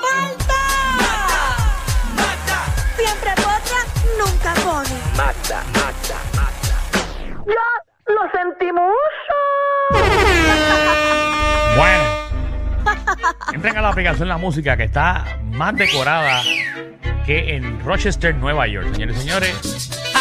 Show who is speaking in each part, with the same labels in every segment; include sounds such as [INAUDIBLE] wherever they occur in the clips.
Speaker 1: Malta! Siempre potra, nunca pone.
Speaker 2: ¡Ya lo sentimos!
Speaker 3: Bueno, entren a la aplicación La Música que está más decorada que en Rochester, Nueva York, señores y señores. ¡Ja!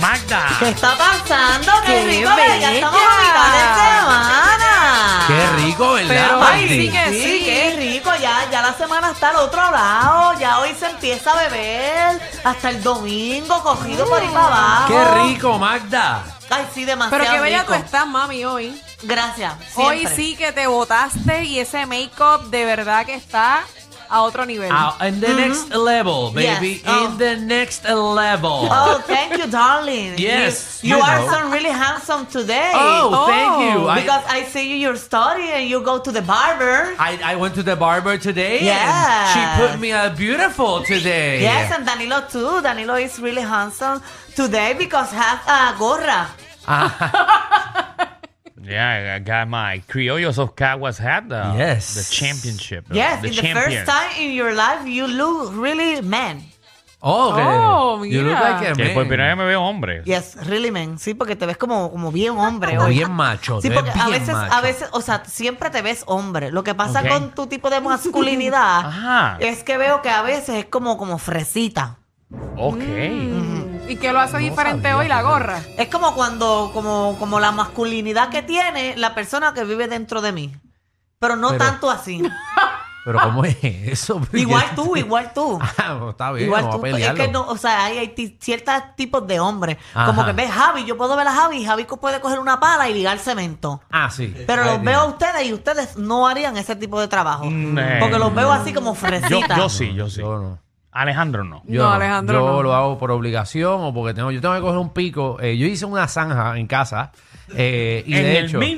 Speaker 3: ¡Magda!
Speaker 1: ¿Qué está pasando? ¡Qué,
Speaker 4: ¡Qué
Speaker 1: rico! Pero ya
Speaker 4: bella!
Speaker 1: estamos a mitad de semana.
Speaker 5: Qué rico, ¿verdad?
Speaker 4: Pero
Speaker 5: Martín?
Speaker 4: ay, sí que
Speaker 1: Ah, Sí,
Speaker 4: sí.
Speaker 1: qué rico, ya, ya la semana está al otro lado, ya hoy se empieza a beber, hasta el domingo cogido por ahí para abajo.
Speaker 5: Qué rico, Magda.
Speaker 1: Ay, sí, demasiado
Speaker 4: Ah. Pero qué bella
Speaker 1: rico.
Speaker 4: tú estás, mami, hoy.
Speaker 1: Gracias, siempre.
Speaker 4: Hoy sí que te botaste y ese make-up de verdad que está a otro nivel.
Speaker 5: Ah, in the next level,
Speaker 1: Mm-hmm. Yes.
Speaker 5: baby.
Speaker 1: Oh.
Speaker 5: In the next level. Oh, [LAUGHS]
Speaker 1: Oh, thank you, darling.
Speaker 5: Yes,
Speaker 1: You, you
Speaker 5: you
Speaker 1: are
Speaker 5: know. Oh,
Speaker 1: so really handsome today. Oh,
Speaker 5: thank you.
Speaker 1: Because
Speaker 5: I,
Speaker 1: I
Speaker 5: Ah,
Speaker 1: see you your story and you go to the barber.
Speaker 5: I, I went to the barber today
Speaker 1: Yes.
Speaker 5: and she put me up beautiful today.
Speaker 1: Yes, and Danilo too. Danilo is really handsome today because have a gorra.
Speaker 5: Uh,
Speaker 3: Yeah, I got my Criollos of Caguas hat, the,
Speaker 5: Yes.
Speaker 3: the championship.
Speaker 1: yes,
Speaker 3: the
Speaker 1: in the
Speaker 3: champion.
Speaker 1: first time in your life you look really man.
Speaker 5: Oh, okay.
Speaker 4: Oh,
Speaker 5: You look
Speaker 4: mira.
Speaker 5: like a
Speaker 3: Que pues, por primera vez
Speaker 5: man.
Speaker 3: me veo hombre.
Speaker 1: Yes, really man. Sí, porque te ves como, como bien hombre.
Speaker 5: Como
Speaker 1: hoy.
Speaker 5: bien macho,
Speaker 1: Sí,
Speaker 5: te
Speaker 1: porque
Speaker 5: ves
Speaker 1: a
Speaker 5: bien
Speaker 1: veces,
Speaker 5: macho.
Speaker 1: a veces, o sea, siempre te ves hombre. Lo que pasa
Speaker 3: Ok.
Speaker 1: con tu tipo de masculinidad
Speaker 5: [LAUGHS] Ah.
Speaker 3: Ajá.
Speaker 1: es que veo que a veces es como, como fresita.
Speaker 3: Ok.
Speaker 1: Mm.
Speaker 4: Mm. ¿Y qué lo hace diferente
Speaker 5: sabía,
Speaker 4: hoy? La gorra.
Speaker 1: Es como cuando, como, como la masculinidad que tiene la persona que vive dentro de mí. Pero no
Speaker 5: Pero-
Speaker 1: tanto
Speaker 5: [LAUGHS]
Speaker 1: así.
Speaker 5: Pero ¿cómo es eso?
Speaker 1: ah. Igual tú, igual tú.
Speaker 5: [LAUGHS] Ah, no, está bien,
Speaker 1: Igual
Speaker 5: vamos
Speaker 1: tú,
Speaker 5: a
Speaker 1: es
Speaker 5: pelearlo.
Speaker 1: que no, o sea, hay, hay ti- ciertos tipos de hombres.
Speaker 5: Ajá.
Speaker 1: Como que ves Javi, yo puedo ver a Javi, y Javi co- puede coger una pala y ligar cemento.
Speaker 5: Ah, sí.
Speaker 1: Pero
Speaker 5: Ay,
Speaker 1: los
Speaker 5: Dios.
Speaker 1: veo a ustedes y ustedes no harían ese tipo de trabajo.
Speaker 3: Mm,
Speaker 1: Porque los
Speaker 3: eh,
Speaker 1: veo así como
Speaker 3: Yo,
Speaker 1: fresitas.
Speaker 3: yo sí, yo sí.
Speaker 5: Yo no.
Speaker 3: Alejandro no.
Speaker 4: No, Alejandro,
Speaker 5: Yo
Speaker 4: no.
Speaker 5: lo hago por obligación o porque tengo, yo tengo que coger un pico. Eh, yo hice una zanja en casa. eh, y
Speaker 3: en
Speaker 5: de
Speaker 3: el
Speaker 5: hecho, Oh, No, en mi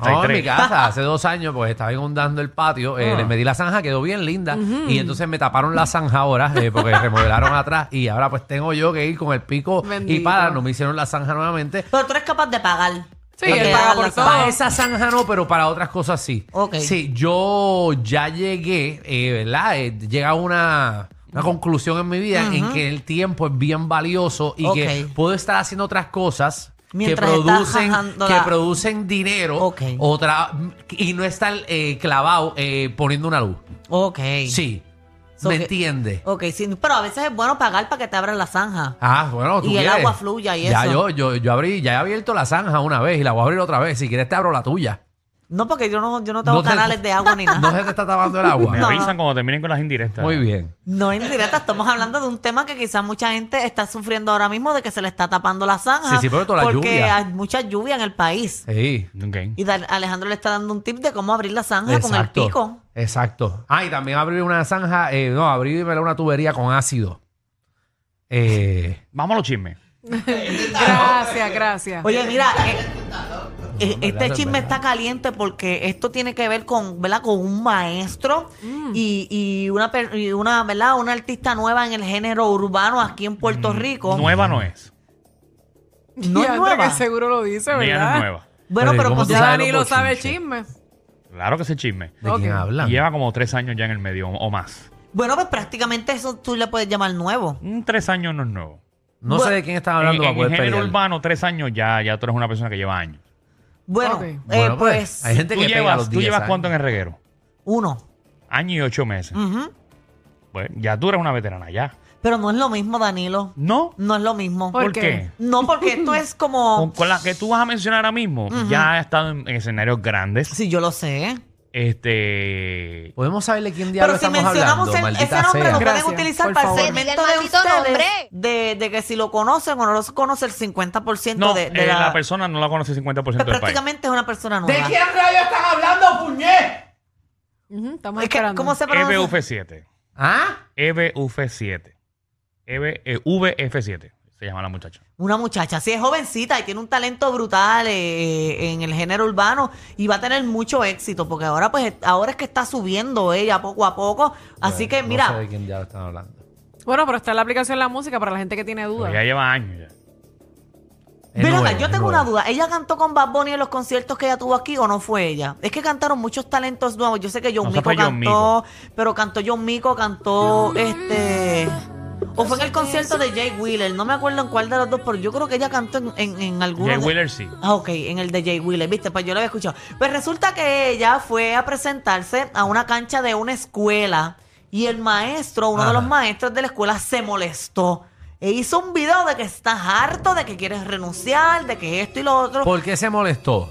Speaker 3: 1993.
Speaker 4: [LAUGHS]
Speaker 5: casa, hace dos años, pues estaba inundando el patio,
Speaker 4: Ah.
Speaker 5: eh, le medí la zanja, quedó bien linda, y entonces me taparon la zanja ahora, eh, porque remodelaron atrás, y ahora pues tengo yo que ir con el pico y
Speaker 4: Bendito.
Speaker 5: para, no me hicieron la zanja nuevamente.
Speaker 1: Pero tú eres capaz de pagar.
Speaker 4: Sí,
Speaker 1: Lo que
Speaker 4: él
Speaker 1: hagan
Speaker 4: paga por
Speaker 1: las-
Speaker 4: todo.
Speaker 5: Para esa zanja no, pero para otras cosas sí.
Speaker 1: Ok.
Speaker 5: Sí, yo ya llegué, eh, ¿verdad? Eh, llega una, una conclusión en mi vida en que el tiempo es bien valioso y que
Speaker 1: Ok.
Speaker 5: puedo estar haciendo otras cosas.
Speaker 1: Mientras
Speaker 5: que
Speaker 1: estás
Speaker 5: producen
Speaker 1: jajando
Speaker 5: que
Speaker 1: la-
Speaker 5: producen dinero
Speaker 1: Ok.
Speaker 5: otra y no estar eh, clavado eh, poniendo una luz
Speaker 1: Ok.
Speaker 5: sí
Speaker 1: So
Speaker 5: me
Speaker 1: que-
Speaker 5: entiende
Speaker 1: Ok, sí, pero a veces es bueno pagar para que te abran la zanja.
Speaker 5: ah bueno
Speaker 1: Y
Speaker 5: tú
Speaker 1: el
Speaker 5: quieres.
Speaker 1: agua fluya y
Speaker 5: ya
Speaker 1: eso.
Speaker 5: yo yo yo abrí ya he abierto la zanja una vez y la voy a abrir otra vez si quieres te abro la tuya
Speaker 1: No, porque yo no, yo no tengo
Speaker 5: No te-
Speaker 1: canales de agua ni nada.
Speaker 5: [LAUGHS] no se te está tapando el agua
Speaker 3: Me
Speaker 1: No.
Speaker 3: avisan cuando terminen con las indirectas.
Speaker 5: muy bien
Speaker 1: No, en directa, estamos hablando de un tema que quizás mucha gente está sufriendo ahora mismo de que se le está tapando la zanja.
Speaker 5: Sí, sí, pero toda la
Speaker 1: porque
Speaker 5: lluvia.
Speaker 1: hay mucha lluvia en el país.
Speaker 5: sí
Speaker 3: Ok.
Speaker 1: Y Dan- Alejandro le está dando un tip de cómo abrir la zanja Ah, con el pico.
Speaker 5: Exacto. Ah, y también abrir una zanja, eh, no, abrirme una tubería con ácido. Eh,
Speaker 3: Vamos a los chismes.
Speaker 4: Gracias, gracias.
Speaker 1: Oye, mira, eh, eh, este
Speaker 5: verdad,
Speaker 1: chisme
Speaker 5: verdad.
Speaker 1: está caliente porque esto tiene que ver con, ¿verdad? Con un maestro y, y una, per- y una, ¿verdad? Una artista nueva en el género urbano aquí en Puerto
Speaker 5: Mm.
Speaker 1: Rico.
Speaker 3: Nueva no es.
Speaker 1: No es
Speaker 4: Diandra,
Speaker 1: nueva.
Speaker 4: que seguro lo dice,
Speaker 3: Ella no es
Speaker 4: ¿verdad?
Speaker 3: nueva.
Speaker 1: Bueno,
Speaker 5: Oye,
Speaker 1: pero
Speaker 5: ¿cómo
Speaker 1: pues,
Speaker 5: tú
Speaker 4: Ya
Speaker 5: sabes
Speaker 4: Dani
Speaker 5: los
Speaker 4: lo sabe el
Speaker 5: bochinches?
Speaker 4: chisme.
Speaker 3: Claro que se chisme.
Speaker 5: ¿De
Speaker 4: Ok.
Speaker 5: quién hablan?
Speaker 3: Lleva como tres años ya en el medio o o más.
Speaker 1: bueno, pues prácticamente eso tú le puedes llamar nuevo.
Speaker 3: Un tres años no es nuevo.
Speaker 5: No sé de quién están hablando.
Speaker 3: en
Speaker 5: para
Speaker 3: en
Speaker 5: poder
Speaker 3: género
Speaker 5: pelear.
Speaker 3: urbano, tres años ya, ya tú eres una persona que lleva años.
Speaker 1: Bueno,
Speaker 4: Ok.
Speaker 1: eh,
Speaker 5: Bueno,
Speaker 1: pues,
Speaker 5: Hay gente
Speaker 3: Tú
Speaker 5: que pega a los
Speaker 3: llevas, tú
Speaker 5: 10
Speaker 3: llevas
Speaker 5: años.
Speaker 3: cuánto en el reguero?
Speaker 1: uno.
Speaker 3: Año y ocho meses.
Speaker 1: Ujú.
Speaker 3: Pues ya tú eres una veterana ya.
Speaker 1: Pero no es lo mismo, Danilo.
Speaker 3: ¿No?
Speaker 1: No es lo mismo.
Speaker 3: ¿Por,
Speaker 4: ¿Por
Speaker 3: qué?
Speaker 4: qué?
Speaker 1: No, porque esto es
Speaker 3: Con,
Speaker 1: como...
Speaker 3: con la que tú vas a mencionar ahora mismo, ya ha estado en, en escenarios grandes.
Speaker 1: Sí, yo lo sé.
Speaker 3: Este.
Speaker 5: Podemos saberle quién diablo
Speaker 1: Pero si
Speaker 5: estamos hablando,
Speaker 1: mencionamos el,
Speaker 5: maldita
Speaker 1: ese nombre, lo
Speaker 5: sea.
Speaker 1: pueden
Speaker 4: Gracias,
Speaker 1: utilizar
Speaker 4: por
Speaker 1: para el
Speaker 4: favor.
Speaker 1: segmento
Speaker 6: Dile el
Speaker 1: de
Speaker 6: maldito nombre.
Speaker 1: ustedes. De, de que si lo conocen o no lo conocen, el 50%
Speaker 3: No,
Speaker 1: de, de
Speaker 3: eh, la...
Speaker 1: la...
Speaker 3: persona no la conoce 50%
Speaker 1: Pero
Speaker 3: del país.
Speaker 1: prácticamente es una persona nueva.
Speaker 7: ¿De quién rayos están hablando, puñet?
Speaker 4: Ujú, estamos
Speaker 1: Es que,
Speaker 4: esperando.
Speaker 1: ¿Cómo se
Speaker 3: E
Speaker 1: pronuncia?
Speaker 3: EBUF7.
Speaker 5: ¿Ah?
Speaker 3: E EBUF7. EB, eh, VF7. Se llama la muchacha.
Speaker 1: Una muchacha, sí, es jovencita y tiene un talento brutal eh, en el género urbano y va a tener mucho éxito porque ahora pues ahora es que está subiendo ella poco a poco. Así
Speaker 5: Bueno,
Speaker 1: que mira,
Speaker 5: No sé de quién diablo están hablando.
Speaker 4: Bueno, pero está en la aplicación la música para la gente que tiene
Speaker 3: Pero
Speaker 4: dudas.
Speaker 3: ya lleva años ya.
Speaker 5: Es
Speaker 1: pero acá,
Speaker 5: nuevo,
Speaker 1: yo
Speaker 5: es
Speaker 1: tengo
Speaker 5: nuevo.
Speaker 1: una duda. ¿Ella cantó con Bad Bunny en los conciertos que ella tuvo aquí o no fue ella? Es que cantaron muchos talentos nuevos. Yo sé que John
Speaker 3: No, esa
Speaker 1: Mico
Speaker 3: fue
Speaker 1: cantó,
Speaker 3: John
Speaker 1: pero cantó John Mico, cantó este... O fue en el concierto de Jay Wheeler, no me acuerdo en cuál de los dos, pero yo creo que ella cantó en, en, en alguno
Speaker 3: Jay
Speaker 1: de-
Speaker 3: Wheeler sí.
Speaker 1: Ah, ok, en el de Jay Wheeler, ¿viste? Pues yo lo había escuchado. Pues resulta que ella fue a presentarse a una cancha de una escuela y el maestro, uno de
Speaker 5: Ajá.
Speaker 1: los maestros de la escuela, se molestó. E hizo un video de que estás harto, de que quieres renunciar, de que esto y lo otro.
Speaker 5: ¿Por qué se molestó?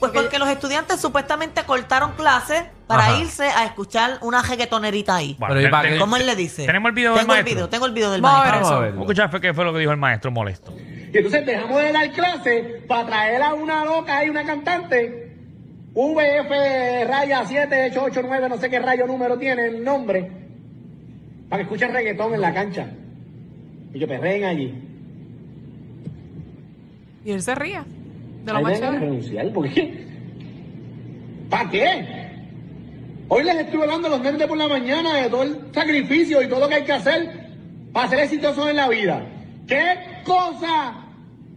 Speaker 1: pues
Speaker 3: eh,
Speaker 1: porque los estudiantes supuestamente cortaron clases para
Speaker 5: Ajá.
Speaker 1: irse a escuchar una reggaetonérita ahí.
Speaker 3: Bueno,
Speaker 5: Pero, ¿y
Speaker 3: te-
Speaker 5: para
Speaker 3: te-
Speaker 5: qué?
Speaker 1: ¿Cómo él le dice?
Speaker 3: Tenemos el video del
Speaker 1: Tengo el
Speaker 3: maestro.
Speaker 1: video, tengo el video del
Speaker 4: Vamos a ver
Speaker 1: maestro.
Speaker 5: Vamos a
Speaker 4: eso.
Speaker 5: verlo.
Speaker 3: Escucha, fue que fue lo que dijo el maestro molesto.
Speaker 7: Y entonces dejamos de dar clase para traer a una loca y una cantante. VF raya 7889, no sé qué rayo número tiene el nombre. Para que escuchen reggaetón en la cancha. Y que perreen allí.
Speaker 4: Y él se ría. De lo
Speaker 7: Ahí
Speaker 4: más
Speaker 7: deben
Speaker 4: chévere.
Speaker 7: renunciar, ¿por qué? ¿Para qué? Hoy les estuve hablando a los nenes de por la mañana de todo el sacrificio y todo lo que hay que hacer para ser exitosos en la vida. ¿Qué cosa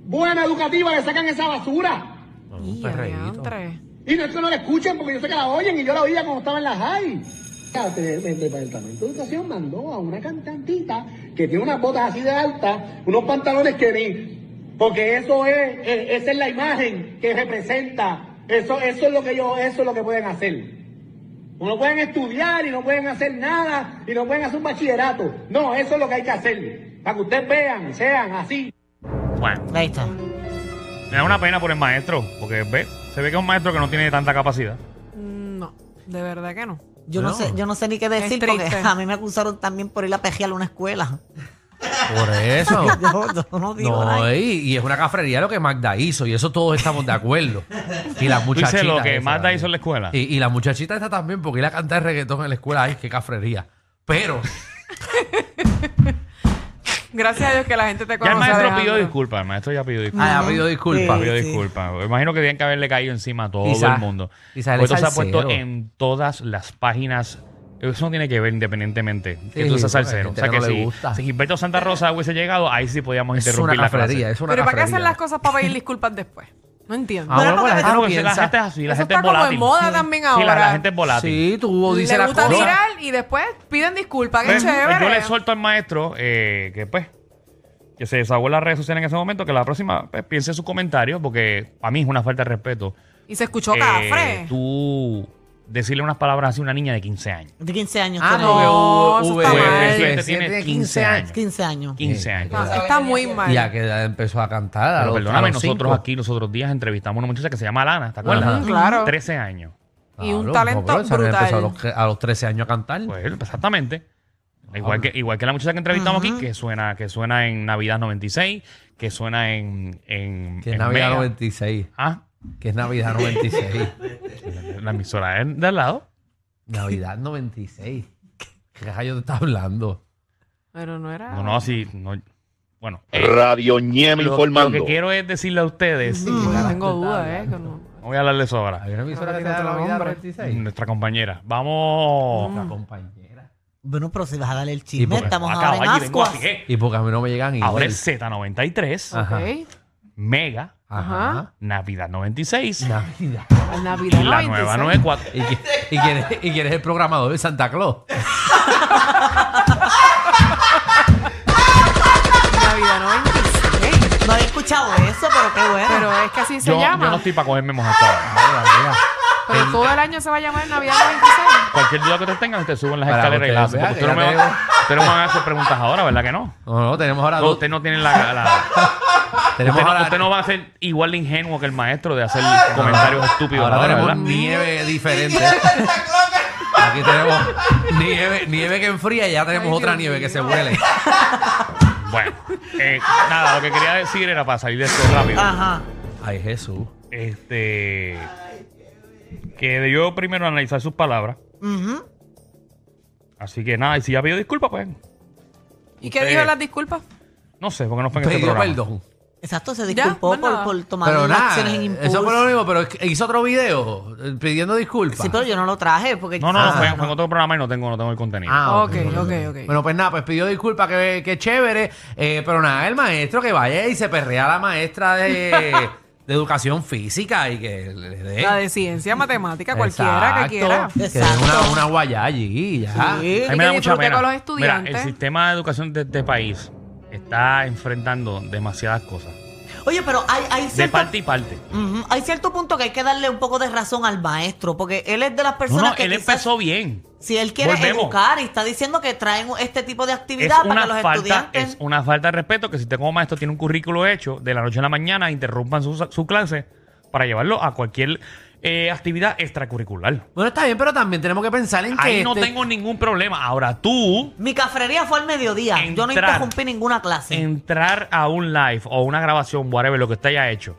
Speaker 7: buena educativa le sacan esa basura?
Speaker 5: Un
Speaker 4: Y
Speaker 5: perreíto.
Speaker 4: adiantre.
Speaker 7: Y no es que no la escuchen porque yo sé que la oyen y yo la oía cuando estaba en la high. El Departamento de Educación mandó a una cantantita que tiene unas botas así de alta, unos pantalones que ni. Porque eso es, eh, esa es la imagen que representa. Eso, eso es lo que ellos, eso es lo que pueden hacer. No pueden estudiar y no pueden hacer nada y no pueden hacer un bachillerato. No, eso es lo que hay que hacer. Para que ustedes vean, sean así.
Speaker 3: Bueno,
Speaker 1: Ahí está.
Speaker 3: me da una pena por el maestro, porque ve, se ve que es un maestro que no tiene tanta capacidad.
Speaker 4: Mm, No, de verdad que no.
Speaker 1: Yo no.
Speaker 5: No.
Speaker 1: sé, yo no sé ni qué decir porque
Speaker 4: triste.
Speaker 1: [LAUGHS] a mí me acusaron también por ir a pejear a una escuela.
Speaker 5: Por
Speaker 4: [LAUGHS]
Speaker 5: eso.
Speaker 1: Yo, yo no digo nada.
Speaker 5: No, y, y es una cafrería lo que Magda hizo, y eso todos estamos de acuerdo. Y la
Speaker 3: Tú
Speaker 5: muchachita.
Speaker 3: dices lo que
Speaker 5: esa,
Speaker 3: Marta hizo en la escuela.
Speaker 5: Y, y la muchachita está también, porque ir a cantar reggaetón en la escuela, ay, qué cafrería. Pero,
Speaker 4: Gracias a Dios que la gente te
Speaker 3: Ya
Speaker 4: conoce.
Speaker 3: el maestro
Speaker 4: Alejandro.
Speaker 3: pidió disculpas, el maestro ya pidió disculpas.
Speaker 5: ah, ha pedido disculpas.
Speaker 1: Sí.
Speaker 3: pidió disculpas. Me Imagino que tenían que haberle caído encima a todo
Speaker 5: Quizá.
Speaker 3: el mundo.
Speaker 5: Quizá él
Speaker 3: Porque
Speaker 5: es
Speaker 3: esto se ha puesto
Speaker 5: salsero.
Speaker 3: en todas las páginas. Eso no tiene que ver independientemente que
Speaker 5: Sí,
Speaker 3: tú seas
Speaker 5: porque a la
Speaker 3: salsero. O
Speaker 5: gente
Speaker 3: sea
Speaker 5: no
Speaker 3: que
Speaker 5: le
Speaker 3: si,
Speaker 5: gusta.
Speaker 3: si Gilberto Santa Rosa hubiese llegado, ahí sí podíamos
Speaker 5: Es una
Speaker 3: interrumpir la
Speaker 5: cafrería,
Speaker 3: clase.
Speaker 5: es una
Speaker 4: Pero ¿para qué
Speaker 5: cafrería.
Speaker 4: hacen las cosas para pedir disculpas después? No entiendo.
Speaker 5: Ah, bueno,
Speaker 1: Pero
Speaker 5: pues la
Speaker 3: Ah,
Speaker 5: gente
Speaker 3: no,
Speaker 5: no
Speaker 3: porque si la
Speaker 5: piensa.
Speaker 3: gente es así, la
Speaker 4: Eso
Speaker 3: gente
Speaker 4: está
Speaker 3: es
Speaker 4: como en
Speaker 3: volátil.
Speaker 4: moda
Speaker 3: Sí,
Speaker 4: también
Speaker 3: la,
Speaker 4: ahora.
Speaker 3: la gente es volátil.
Speaker 5: Sí, tú dices
Speaker 4: Le
Speaker 5: las
Speaker 4: gusta
Speaker 5: cosas.
Speaker 4: tirar y después piden disculpas. Qué
Speaker 3: Pues,
Speaker 4: chévere.
Speaker 3: yo le suelto al maestro eh, que pues que se desahogó en las redes sociales en ese momento, que la próxima pues, piense sus comentarios, porque para mí es una falta de respeto.
Speaker 4: y se escuchó
Speaker 3: eh,
Speaker 4: cafre.
Speaker 3: tú decirle unas palabras así a una niña de 15 años.
Speaker 1: De 15 años.
Speaker 5: Ah,
Speaker 1: tenía.
Speaker 4: No,
Speaker 5: no,
Speaker 4: eso
Speaker 5: V-
Speaker 4: está
Speaker 5: V-
Speaker 4: mal.
Speaker 5: V-
Speaker 3: Presidente
Speaker 5: V-
Speaker 3: tiene
Speaker 5: tiene
Speaker 3: 15 años.
Speaker 1: 15 años.
Speaker 3: 15 años.
Speaker 4: No, está muy mal.
Speaker 5: Y a qué edad empezó a cantar. A
Speaker 3: Pero
Speaker 5: los,
Speaker 3: perdóname,
Speaker 5: a los
Speaker 3: nosotros
Speaker 5: cinco.
Speaker 3: aquí los otros días entrevistamos a una muchacha que se llama Lana, ¿te acuerdas?
Speaker 5: Ajá.
Speaker 4: Mm, Claro.
Speaker 3: 13 años.
Speaker 4: Y un
Speaker 5: Claro,
Speaker 4: talento
Speaker 5: pero esa nena empezó a los,
Speaker 4: brutal.
Speaker 5: a los 13 años a cantar.
Speaker 3: Pues exactamente. Igual que, igual que la muchacha que entrevistamos aquí, que suena, que suena en Navidad 96, que suena en. en
Speaker 5: que es
Speaker 3: en
Speaker 5: Navidad
Speaker 3: Mega.
Speaker 5: 96.
Speaker 3: Ah,
Speaker 5: Que es Navidad 96.
Speaker 3: la emisora es de al lado.
Speaker 5: [LAUGHS] Navidad 96. ¿Qué rayo te estás hablando?
Speaker 4: Pero no era.
Speaker 3: No, no, sí. No, bueno, eh,
Speaker 8: Radio Ñema
Speaker 3: lo, lo
Speaker 8: informando.
Speaker 3: que quiero es decirle a ustedes.
Speaker 4: No tengo duda, ¿eh? que no.
Speaker 3: no Voy a hablarle eso ahora.
Speaker 5: ¿Había una emisora que se
Speaker 4: Navidad
Speaker 5: llama Navidad
Speaker 4: hombre.
Speaker 5: 96?
Speaker 3: Nuestra compañera. Vamos.
Speaker 5: Nuestra compañera.
Speaker 1: Bueno, pero si vas a darle el
Speaker 5: Y
Speaker 1: chisme,
Speaker 5: porque
Speaker 1: estamos
Speaker 3: Acá,
Speaker 1: ahora en
Speaker 3: vaya, vengo
Speaker 1: ascuas.
Speaker 3: así, ¿eh?
Speaker 5: Y porque a mí no me llegan emails.
Speaker 3: Ahora es Z93,
Speaker 5: Ajá.
Speaker 4: Ok.
Speaker 3: Mega,
Speaker 5: Ajá.
Speaker 3: Navidad 96
Speaker 5: Navidad.
Speaker 4: Al
Speaker 3: y
Speaker 4: Navidad.
Speaker 3: la
Speaker 4: 96.
Speaker 3: nueva 94.
Speaker 5: ¿Y, qui- y quién es, y quién es el programador de Santa Claus?
Speaker 4: Navidad 96.
Speaker 1: No había escuchado eso, pero qué bueno.
Speaker 4: Pero es que así se
Speaker 3: Yo, yo
Speaker 4: llama.
Speaker 3: no estoy para cogerme mojado.
Speaker 5: Mira, mira.
Speaker 4: Pero todo el año se va a llamar Navidad 96.
Speaker 3: Cualquier duda que te tengan, te subo en las
Speaker 5: Para
Speaker 3: escaleras y
Speaker 5: que
Speaker 3: las
Speaker 5: ustedes
Speaker 3: porque tú no me
Speaker 5: vean
Speaker 3: vas- Ustedes no van a hacer preguntas ahora, ¿verdad que no?
Speaker 5: No, no, tenemos ahora
Speaker 3: No,
Speaker 5: dos.
Speaker 3: usted no tiene la... la-
Speaker 5: [LAUGHS] tenemos
Speaker 3: usted, no,
Speaker 5: ahora,
Speaker 3: usted no va a ser igual de ingenuo que el maestro de hacer comentarios estúpidos.
Speaker 5: ahora
Speaker 3: ahora,
Speaker 5: tenemos
Speaker 3: ¿verdad?
Speaker 5: nieve diferente. Aquí tenemos nieve, nieve que enfría y ya tenemos otra nieve que se huele.
Speaker 3: Bueno, eh, nada, lo que quería decir era para salir de esto rápido.
Speaker 5: Ah.
Speaker 1: Ajá.
Speaker 5: Ay, Jesús.
Speaker 3: Este. Que debió primero analizar sus palabras.
Speaker 1: Ujú.
Speaker 3: Así que nada, y si ya pidió disculpas, pues.
Speaker 4: ¿Y qué
Speaker 3: Usted-
Speaker 4: dijo las disculpas?
Speaker 3: No sé, porque no fue en este
Speaker 5: Pedido
Speaker 3: programa.
Speaker 5: perdón.
Speaker 1: Exacto, se
Speaker 4: Ya,
Speaker 1: disculpó
Speaker 3: pues
Speaker 4: más
Speaker 1: por,
Speaker 4: nada.
Speaker 1: por tomar
Speaker 5: Pero
Speaker 1: unas
Speaker 5: nada,
Speaker 1: acciones en impulso.
Speaker 5: eso fue lo mismo, pero es que hizo otro video eh, pidiendo disculpas.
Speaker 1: Sí, pero yo no lo traje porque...
Speaker 3: No, no,
Speaker 5: Ah,
Speaker 3: no, fue,
Speaker 5: no.
Speaker 3: fue en otro programa y no tengo, no tengo el contenido.
Speaker 5: Ah,
Speaker 4: ok, ok, ok.
Speaker 5: Bueno, pues nada, pues pidió disculpas, que, que chévere. eh, pero nada, el maestro que vaya y se perrea a la maestra
Speaker 1: [LAUGHS]
Speaker 5: de, de educación física y que le dé.
Speaker 4: La de ciencia, matemática, cualquiera que
Speaker 5: Eh. Exacto,
Speaker 4: quiera.
Speaker 5: Que dé
Speaker 1: Exacto.
Speaker 5: una, una guayá allí, ya.
Speaker 4: Sí.
Speaker 3: A mí me da
Speaker 4: Y que
Speaker 3: mucha
Speaker 4: disfrute
Speaker 3: pena.
Speaker 4: con los
Speaker 3: Mira,
Speaker 4: estudiantes.
Speaker 3: el sistema de educación de este país está enfrentando demasiadas cosas.
Speaker 1: Oye, pero hay, hay
Speaker 3: De
Speaker 1: cierto...
Speaker 3: parte y parte.
Speaker 1: Ujú, Hay cierto punto que hay que darle un poco de razón al maestro, porque él es de las
Speaker 3: No,
Speaker 1: personas
Speaker 3: no,
Speaker 1: que
Speaker 3: él
Speaker 1: quizás-
Speaker 3: empezó bien.
Speaker 1: si él quiere
Speaker 3: Volvemos.
Speaker 1: educar y está diciendo que traen este tipo de
Speaker 3: Es
Speaker 1: actividad para
Speaker 3: una,
Speaker 1: que los
Speaker 3: falta,
Speaker 1: estudiantes...
Speaker 3: es una falta de respeto que si usted como maestro tiene un currículo hecho, de la noche a la mañana interrumpan su, su clase para llevarlo a cualquier eh, actividad extracurricular.
Speaker 5: Bueno, está bien, pero también tenemos que pensar en que.
Speaker 3: Ahí no
Speaker 5: este-
Speaker 3: tengo ningún problema. Ahora tú
Speaker 1: Mi cafrería fue al mediodía. Yo no
Speaker 3: Entrar.
Speaker 1: interrumpí ninguna clase.
Speaker 3: entrar a un live o una grabación, whatever, lo que usted haya hecho,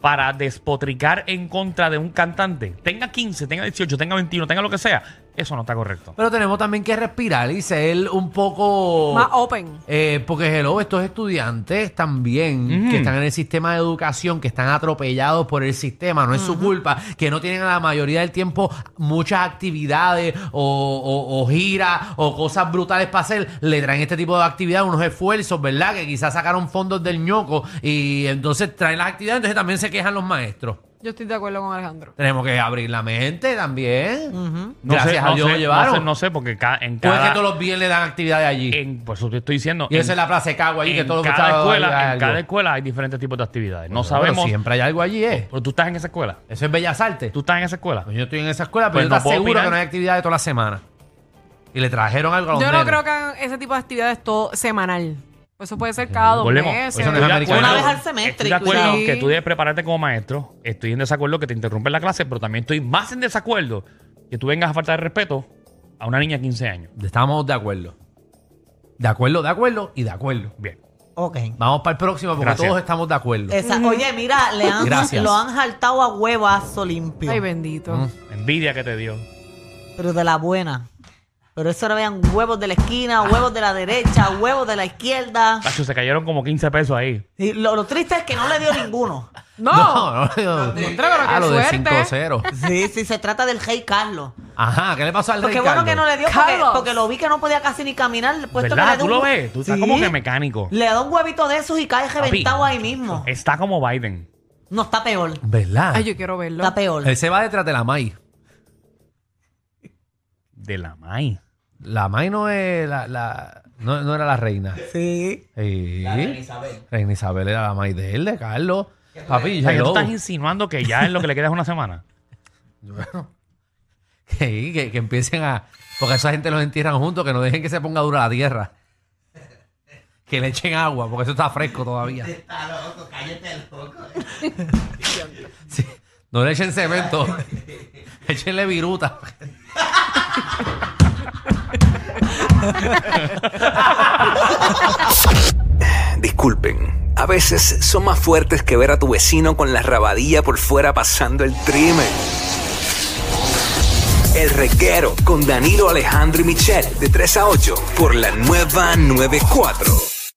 Speaker 3: para despotricar en contra de un cantante, tenga 15, tenga 18, tenga 21, tenga lo que sea, eso no está correcto.
Speaker 5: Pero tenemos también que respirar y ser un poco.
Speaker 4: Más open.
Speaker 5: Eh, porque, hello, estos estudiantes también
Speaker 3: Ujú.
Speaker 5: que están en el sistema de educación, que están atropellados por el sistema, no es su culpa, que no tienen la mayoría del tiempo muchas actividades o, o- o giras o cosas brutales para hacer, le traen este tipo de actividades, unos esfuerzos, ¿verdad? Que quizás sacaron fondos del ñoco y entonces traen las actividades, entonces también se quejan los maestros.
Speaker 4: Yo estoy de acuerdo con Alejandro.
Speaker 5: Tenemos que abrir la mente también.
Speaker 3: No
Speaker 5: Gracias
Speaker 3: sé,
Speaker 5: a
Speaker 3: no
Speaker 5: Dios
Speaker 3: sé,
Speaker 5: lo
Speaker 3: No
Speaker 5: llevaron.
Speaker 3: sé, no sé, porque ca- en
Speaker 5: Pues es que
Speaker 3: cada...
Speaker 5: todos los viernes dan actividades allí.
Speaker 3: en- por eso te estoy diciendo...
Speaker 5: y
Speaker 3: en-
Speaker 5: esa es la plaza de Cagua allí que
Speaker 3: en
Speaker 5: todos los
Speaker 3: cada
Speaker 5: sábados hay
Speaker 3: escuela, en
Speaker 5: algo.
Speaker 3: cada escuela hay diferentes tipos de actividades. No
Speaker 5: Bueno, pero
Speaker 3: sabemos.
Speaker 5: siempre hay algo allí, ¿eh?
Speaker 3: Pero tú estás en esa escuela.
Speaker 5: Eso es Bellas Artes.
Speaker 3: Tú estás en esa escuela.
Speaker 5: Yo estoy en esa escuela,
Speaker 3: Pues
Speaker 5: pero
Speaker 3: no
Speaker 5: yo te
Speaker 3: puedo
Speaker 5: aseguro
Speaker 3: opinar.
Speaker 5: que no hay actividades toda la semana. Y le trajeron algo a los
Speaker 4: Yo no
Speaker 5: nenes.
Speaker 4: creo que hagan ese tipo de actividades todo semanal. Eso puede ser cada dos
Speaker 3: Volvemos.
Speaker 4: meses.
Speaker 5: Eso no es
Speaker 3: Estoy de
Speaker 5: americano.
Speaker 3: acuerdo.
Speaker 1: Una vez al semestre,
Speaker 3: Estoy de acuerdo
Speaker 4: cuidado.
Speaker 3: que tú debes prepararte como maestro. Estoy en desacuerdo que te interrumpen la clase, pero también estoy más en desacuerdo que tú vengas a faltar de respeto a una niña de 15 años.
Speaker 5: Estamos de acuerdo. De acuerdo, de acuerdo y de acuerdo.
Speaker 3: Bien.
Speaker 1: Ok.
Speaker 5: Vamos para el próximo porque
Speaker 3: Gracias.
Speaker 5: todos estamos de acuerdo.
Speaker 1: Esa- Oye, mira, le han-
Speaker 5: Gracias.
Speaker 1: lo han jaltado a huevazo limpio.
Speaker 4: Ay, bendito.
Speaker 5: Mm.
Speaker 3: Envidia que te dio.
Speaker 1: pero de la buena. Pero eso ahora vean huevos de la esquina, huevos de la derecha, huevos de la izquierda.
Speaker 3: Cacho, se cayeron como 15 pesos ahí.
Speaker 1: Y lo, lo triste es que no le dio ninguno.
Speaker 4: ¡No!
Speaker 5: [LAUGHS] No, no, no.
Speaker 4: pero
Speaker 5: Ah,
Speaker 4: qué
Speaker 5: lo de
Speaker 4: suerte.
Speaker 5: 5-0.
Speaker 1: Sí, sí, se trata del Hey Carlos.
Speaker 5: Ajá, ¿qué le pasó al
Speaker 1: Porque
Speaker 5: rey
Speaker 1: bueno que no
Speaker 5: Carlos?
Speaker 1: le dio, porque,
Speaker 4: Carlos.
Speaker 1: porque lo vi que no podía casi ni caminar. Puesto que
Speaker 3: ¿Verdad?
Speaker 1: le dio
Speaker 3: ¿Tú lo
Speaker 1: un-
Speaker 3: ves? Tú estás
Speaker 1: Pues Sí.
Speaker 3: como que mecánico.
Speaker 1: Le da un huevito de esos y cae reventado ahí mismo.
Speaker 3: Está como Biden.
Speaker 1: No, está peor.
Speaker 5: ¿Verdad?
Speaker 4: Ay, yo quiero verlo.
Speaker 1: Está peor.
Speaker 5: Él se va detrás de la May.
Speaker 3: De la MAI.
Speaker 5: La May no es la... la- No, no era la reina.
Speaker 1: Sí.
Speaker 5: Sí. reina Isabel. Reina Isabel era la May de él, de Carlos. Papi,
Speaker 3: O sea, que tú
Speaker 5: hello.
Speaker 3: estás insinuando que ya es lo que le queda es una semana.
Speaker 5: Sí, que, que empiecen a. Porque esa gente los entierran juntos, que no dejen que se ponga dura la tierra. Que le echen agua, porque eso está fresco todavía. [LAUGHS] Está loco, cállate loco. No le echen [LAUGHS] cemento. Échenle viruta.
Speaker 8: Disculpen, a veces son más fuertes que ver a tu vecino con la rabadilla por fuera pasando el trimen. El reguero con Danilo Alejandro y Michel de 3 a 8 por la nueva 94.